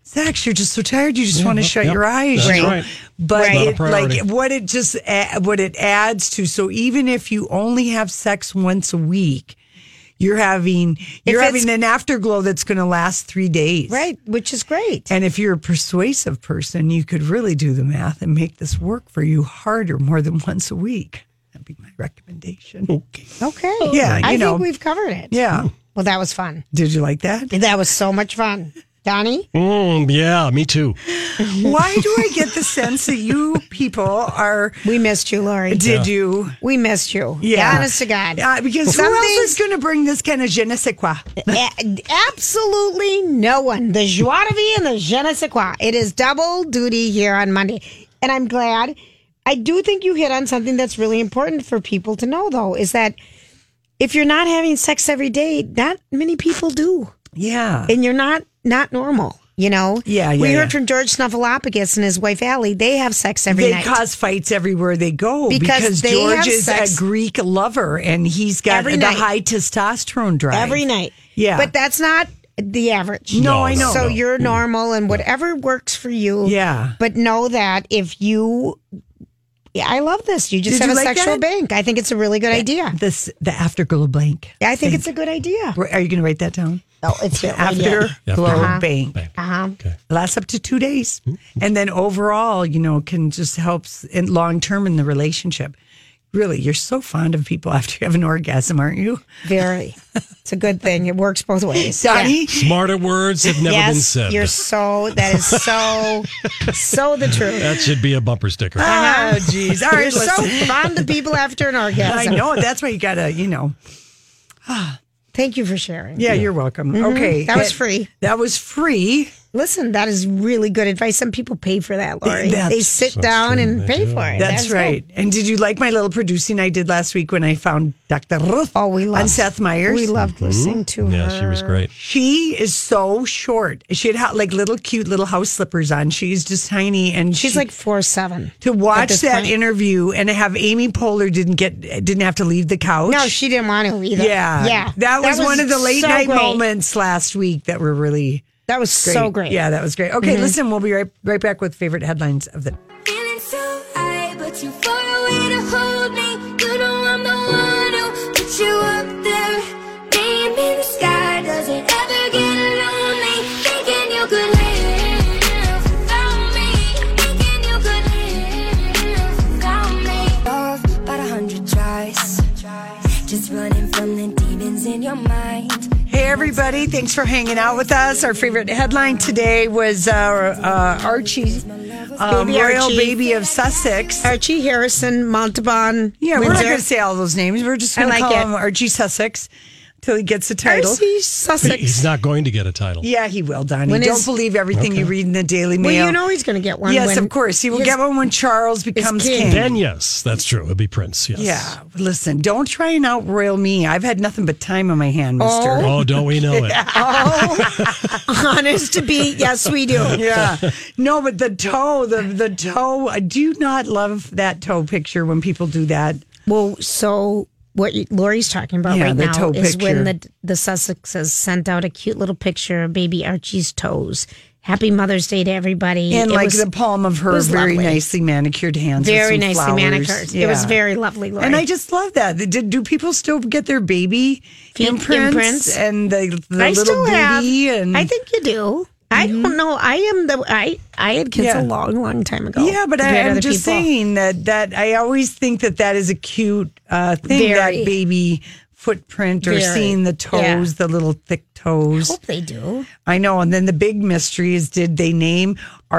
S2: sex. You're just so tired, you just want to shut
S1: yep.
S2: your eyes.
S1: That's
S2: you know?
S1: right.
S2: But
S1: Right. Not a
S2: it,
S1: priority.
S2: like what it just a- what it adds to. So even if you only have sex once a week, you're having you're
S3: it's-
S2: having an afterglow that's going to last three days.
S3: Right, which is great.
S2: And if you're a persuasive person, you could really do the math and make this work for you harder more than once a week. That'd be my recommendation. Okay.
S3: Okay. Hmm.
S2: Yeah,
S3: I
S2: you know.
S3: think we've covered it.
S2: Yeah.
S3: Well, that was fun.
S2: Did you like that?
S3: That was so much fun. Donnie?
S1: Mm, yeah, me too.
S2: Why do I get the sense that you people are?
S3: We missed you, Lori.
S2: Did you?
S3: We missed you.
S2: Yeah.
S3: Honest to God.
S2: Uh, because who
S3: Some Eh,
S2: else
S3: things-
S2: is going to bring this kind of je ne sais quoi?
S3: A- absolutely no one. The joie de vie and the je ne sais quoi. It is double duty here on Monday. And I'm glad. I do think you hit on something that's really important for people to know, though, is that if you're not having sex every day, not many people do.
S2: Yeah.
S3: And you're not not normal, you know?
S2: Yeah, yeah,
S3: We heard
S2: yeah.
S3: from George Snuffleupagus and his wife Allie. They have sex every
S2: they
S3: night.
S2: cause fights everywhere they go
S3: Because
S2: because,
S3: they have
S2: George is
S3: sex-
S2: a Greek lover and he's got
S3: Every
S2: the
S3: night.
S2: high testosterone drive.
S3: Every night.
S2: Yeah.
S3: But that's not the average.
S2: No, No, I no,
S3: So
S2: no.
S3: you're normal and whatever works for you.
S2: Yeah.
S3: But know that if you, yeah, I love this. You just
S2: Did
S3: have
S2: you
S3: a
S2: like
S3: sexual
S2: that?
S3: bank. I think it's a really good idea.
S2: This the afterglow blank.
S3: I think it's a good idea.
S2: Where- Are you going to write that down?
S3: Oh, it's
S2: The
S3: right here.
S2: afterglow
S3: Uh-huh.
S2: bank.
S3: Uh-huh.
S2: lasts up to two days and then overall you know can just helps in long term in the relationship really you're so fond of people after you have an orgasm aren't you
S3: Very. It's a good thing. It works both ways. Yeah.
S2: Donnie?
S1: Smarter words have never
S3: yes,
S1: been said.
S3: you're so. That is so, so the truth. Ah,
S1: That should be a bumper sticker.
S2: oh jeez all
S3: You're
S2: right
S3: so
S2: listen.
S3: fond of people after an orgasm.
S2: i know that's why you gotta you know
S3: Thank you for sharing.
S2: yeah, you're welcome okay
S3: Mm-hmm. That was free.
S2: that was free
S3: eh, Listen, that is really good advice. Some people pay for that, Lori. They
S2: That's-
S3: sit down and pay for it.
S2: That's,
S3: cool.
S2: right. And did you like my little producing I did last week when I found Dr. Ruth? Oh, we
S3: loved-
S2: on Seth Meyers.
S3: we loved Mhm. listening to
S1: Yeah, she was great.
S2: She is so short. She had ha- like little cute little house slippers on. She's just tiny, and
S3: She's
S2: she-
S3: like four seven.
S2: to watch
S3: this
S2: that
S3: point.
S2: interview and have Amy Poehler didn't get didn't have to leave the couch.
S3: No, she didn't want to either.
S2: yeah,
S3: yeah.
S2: That, was, one of the late
S3: so
S2: night
S3: great.
S2: moments last week that were really
S3: That was so great.
S2: Yeah, that was great. Okay,
S3: Mhm.
S2: listen, we'll be right right back with favorite headlines of the.
S13: Feeling so high, but you far away to hold me. You know I'm the one who put you up there. Name in the sky, does it ever get lonely? Thinking you could live without me. Thinking you could live without me. Off about a hundred tries. Just running from the demons in your mind.
S2: Hey, everybody. Thanks for hanging out with us. Our favorite headline today was uh, uh, Archie, um,
S3: Baby
S2: Royal
S3: Archie.
S2: Baby of Sussex.
S3: Archie Harrison, Montalban.
S2: Yeah, we're not
S3: Windsor.
S2: going to say all those names. We're just
S3: I
S2: going to
S3: like
S2: call
S3: it.
S2: him Archie Sussex till he gets the title.
S3: Archie
S1: He- He's
S3: Sussex.
S1: not going to get a title.
S2: Yeah, he will, Donnie.
S3: When
S2: Don't
S3: is-
S2: believe everything you
S1: Okay.
S2: read in the Daily
S3: Well,
S2: Mail.
S3: you know he's going to get one.
S2: yes,
S3: when
S2: of course. He will
S3: his-
S2: get one when Charles becomes
S3: king.
S2: king.
S1: Then yes, that's true. It'd be Prince. Yes.
S2: Yeah, listen, don't try and outroyal me. I've had nothing but time on my hand, mister.
S1: Oh, don't we know it?
S3: Oh, honest to be, yes, we do.
S2: yeah. No, but the toe, the the toe. I do not love that toe picture when people do that.
S3: Well, so what you, Lori's talking about
S2: Yeah,
S3: right
S2: the
S3: now
S2: toe
S3: is when
S2: picture.
S3: the the Sussexes sent out a cute little picture of baby Archie's toes. Happy Mother's Day to everybody.
S2: And
S3: It
S2: like
S3: was
S2: the palm of her
S3: was
S2: very
S3: lovely.
S2: nicely manicured hands. with
S3: Very
S2: some
S3: nicely
S2: flowers.
S3: manicured. It was very lovely, Lori.
S2: And I just love that. Did, do people still get their baby
S3: Feet
S2: imprints,
S3: imprints.
S2: and the, the
S3: I
S2: little
S3: still have.
S2: booty? And Mm-hmm.
S3: I think you do. I don't know. I am the I. I had kids
S2: Yeah.
S3: a long, long time ago.
S2: Yeah, but I,
S3: compared to
S2: am
S3: other
S2: just
S3: people.
S2: saying that that I always think that that is a cute uh, thing.
S3: Very.
S2: That baby footprint or
S3: Very.
S2: seeing the toes, the
S3: Yeah.
S2: little thick toes.
S3: Hope they do.
S2: I know. And then the big mystery is did they name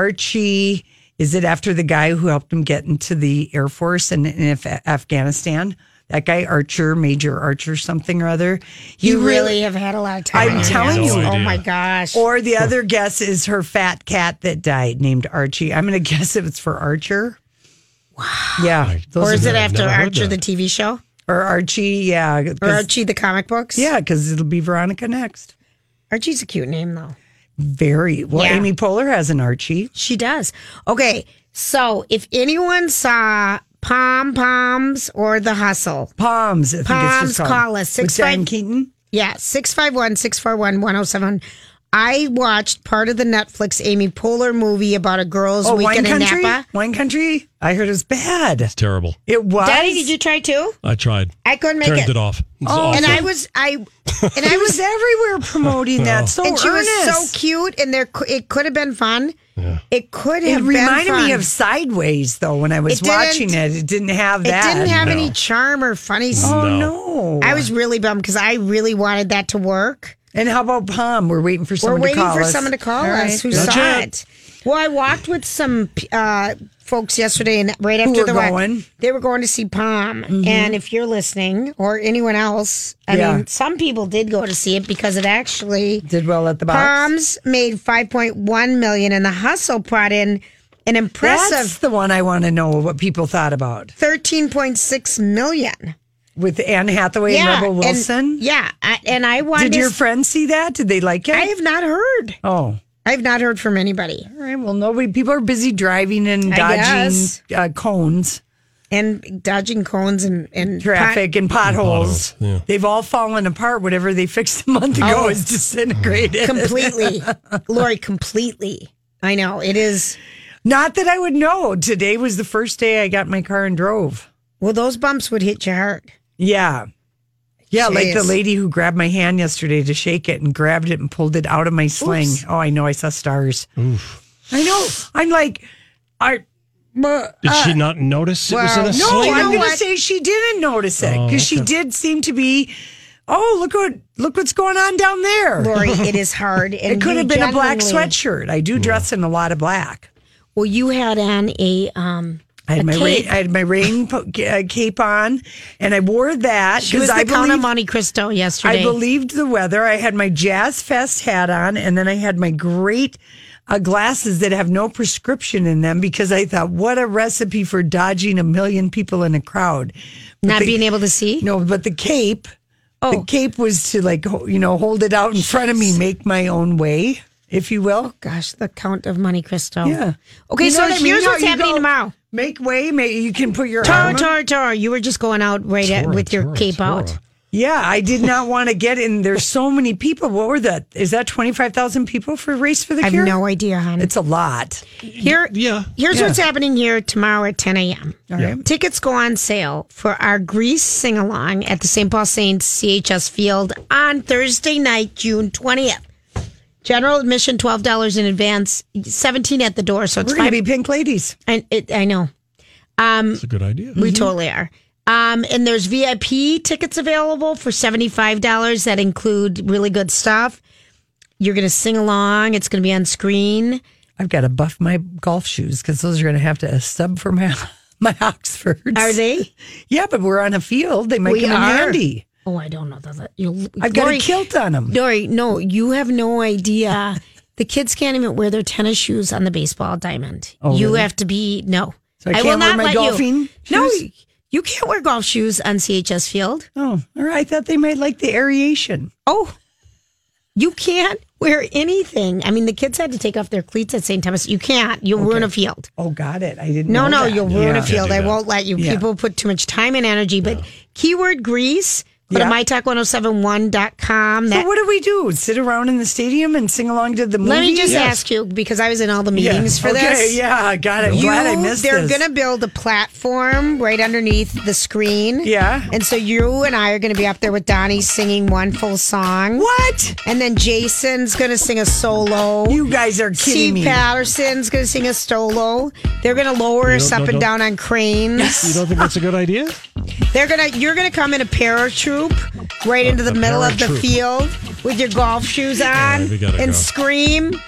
S2: Archie? Is it after the guy who helped him get into the Air Force in, in Af- Afghanistan? That guy, Archer, Major Archer, something or other. He
S3: You really have had a lot of time.
S2: I'm
S3: on
S2: telling
S3: hands.
S2: you.
S3: Oh my gosh.
S2: Or the other guess is her fat cat that died named Archie. I'm going to guess if it's for Archer. Wow. Yeah.
S3: or is
S2: are
S3: it
S2: the-
S3: after
S1: never heard
S3: Archer,
S1: that.
S3: the TV show,
S2: Or Archie. Yeah. 'cause-
S3: or Archie, the comic books?
S2: Yeah, because it'll be Veronica next.
S3: Archie's a cute name though.
S2: Very. Well,
S3: Yeah.
S2: Amy Poehler has an Archie.
S3: She does. Okay, so if anyone saw Pom Poms or The Hustle,
S2: Palms. I think it's
S3: Palms,
S2: just called.
S3: call us,
S2: With Diane
S3: 65
S2: Keaton.
S3: yeah, 651 641 1071. I watched part of the Netflix Amy Poehler movie about a girl's
S2: Oh, wine
S3: weekend in
S2: country.
S3: Napa.
S2: Wine country. I heard it was bad.
S1: It's terrible.
S2: It was.
S3: Daddy, did you try too?
S1: I tried.
S3: I couldn't make
S1: Turned
S3: it. Oh,
S1: it, off. It's awful.
S3: And I was I, and I
S2: It
S3: was
S2: was everywhere promoting that. So
S3: and she was
S2: earnest.
S3: so cute, and there cou- it could have been fun. It could
S2: It
S3: have been
S2: reminded me
S3: fun.
S2: of Sideways though. When I was
S3: It didn't-
S2: watching it, it didn't have
S3: It
S2: that.
S3: didn't have
S1: No.
S3: any charm or funny. s-
S2: Oh no.
S3: I was really bummed because I really wanted that to work.
S2: And how about Palm? We're waiting for someone
S3: We're waiting
S2: to call
S3: for
S2: us.
S3: someone to call
S2: All
S3: us
S2: right,
S3: who
S2: good.
S3: saw
S1: Gotcha.
S3: it. Well, I walked with some uh, folks yesterday, and right after
S2: were
S3: the wedding,
S2: going? Mm-hmm.
S3: they were going to see Palm. And if you're listening, or anyone else, I
S2: Yeah.
S3: mean, some people did go to see it because it actually
S2: Did well at the box.
S3: Palms made 5.1 million, and the Hustle brought in an
S2: That's
S3: impressive
S2: the one I want to know what people thought about
S3: 13.6 million.
S2: with Anne Hathaway and Rebel
S3: and-
S2: Wilson.
S3: yeah, I, and I wanted.
S2: Did
S3: to
S2: your
S3: s-
S2: friends see that? Did they like it?
S3: I have not heard.
S2: oh.
S3: I have not heard from anybody.
S2: All right. Well, nobody. People are busy driving and
S3: I
S2: dodging
S3: guess.
S2: uh, cones,
S3: and dodging cones and, and
S2: traffic, and potholes.
S1: potholes, yeah.
S2: They've all fallen apart. Whatever they fixed a month ago
S3: Oh.
S2: is disintegrated.
S3: pot- completely, Lori, completely. I know it is.
S2: Not that I would know. Today was the first day I got in my car and drove.
S3: Well, those bumps would hit you hard.
S2: Yeah. Yeah, like the
S3: Jeez.
S2: lady who grabbed my hand yesterday to shake it and grabbed it and pulled it out of my sling.
S3: Oops.
S2: Oh, I know. I saw stars. I know. I'm like, I. but,
S1: Did
S2: uh,
S1: she not notice it was in a
S3: well,
S2: No,
S1: sling?
S2: I'm going to
S3: what?
S2: say she didn't notice it
S1: Oh,
S2: because she
S1: okay.
S2: did seem to be. Oh, look what look what's going on down there.
S3: Lori, it is hard. And
S2: it could
S3: you
S2: have been a black
S3: genuinely-
S2: sweatshirt. I do dress in a lot of black.
S3: Well, you had on a um
S2: I had
S3: a
S2: my
S3: cape.
S2: rain, I had my rain po- ca- uh, cape on, and I wore that
S3: she was the
S2: I
S3: Count of
S2: believed,
S3: Monte Cristo yesterday.
S2: I believed the weather. I had my Jazz Fest hat on, and then I had my great uh, glasses that have no prescription in them because I thought, what a recipe for dodging a million people in a crowd.
S3: Not being able to Oh. see?
S2: No, but the cape, the cape was to like, ho- you know, hold it out in front of me, make my own way, if you will.
S3: Gosh, the Count of Monte Cristo.
S2: Yeah.
S3: Okay,
S2: You know
S3: so
S2: what I mean?
S3: here's
S2: How
S3: what's
S2: you
S3: happening
S2: go,
S3: tomorrow.
S2: Make way, make, you can put your
S3: Tara,
S2: arm up.
S3: Tara, Tara, you were just going out right at, with your cape out.
S2: Yeah, I did not want to get in. There's so many people. What were that? Is that 25,000 people for Race for the
S3: I
S2: Cure?
S3: have no idea, hon.
S2: It's a lot.
S3: Here, yeah. Here's
S2: Yeah.
S3: what's happening here tomorrow at 10 a.m.
S2: All right.
S3: Tickets go on sale for our Grease sing along at the St. Paul Saints CHS Field on Thursday night, June 20th. General admission twelve dollars in advance, seventeen at the door. So it's
S2: We're going
S3: five-
S2: to be pink ladies.
S3: And it, I know. Um,
S1: It's a good idea.
S2: Mm-hmm.
S3: We totally are. Um, and there's VIP tickets available for $75 that include really good stuff. You're going to sing along, it's going to be on screen.
S2: I've got to buff my golf shoes because those are going to have to sub for my, my Oxfords.
S3: Are they?
S2: Yeah, but we're on a field. They might
S3: We
S2: come in
S3: are.
S2: handy.
S3: Oh, I don't know that. You,
S2: I've got a kilt on them.
S3: Dory, no, you have no idea. the kids can't even wear their tennis shoes on the baseball diamond.
S2: Oh,
S3: you
S2: really?
S3: have to be, no.
S2: So I can't wear my golfing
S3: you. No,
S2: shoes?
S3: you can't wear golf shoes on CHS Field.
S2: Oh, all right. I thought they might like the aeration.
S3: Oh, you can't wear anything. I mean, the kids had to take off their cleats at St. Thomas. You can't. You'll ruin a field.
S2: Oh, got it. I didn't
S3: No,
S2: know
S3: no,
S2: that.
S3: you'll ruin
S2: Yeah.
S3: a field. I won't let you.
S2: Yeah.
S3: People put too much time and energy. But keyword grease, go
S2: Yeah.
S3: to mytalk1071.com.
S2: So
S3: That,
S2: what do we do? Sit around in the stadium and sing along to the movie?
S3: let me just ask you, because I was in all the
S2: Yeah.
S3: meetings for
S2: okay,
S3: this.
S2: Yeah, got it. I'm
S3: You,
S2: glad I missed
S3: they're
S2: this.
S3: gonna build a platform right underneath the screen.
S2: Yeah.
S3: and so you and I are gonna be up there with Donnie singing one full song.
S2: What?
S3: And then Jason's gonna sing a solo.
S2: You guys are kidding
S3: Steve
S2: me.
S3: Patterson's gonna sing a solo. They're gonna lower
S1: You
S3: us
S1: don't-
S3: up and
S1: don't-
S3: down on
S1: You
S3: cranes.
S1: don't think that's a good idea?
S3: They're gonna you're gonna come in a paratroop right into the
S1: a
S3: middle of the
S1: paratroop.
S3: field with your golf shoes on
S1: we gotta go.
S3: and scream.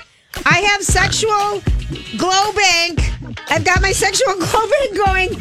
S3: I have sexual glow bank. I've got my sexual glow bank going.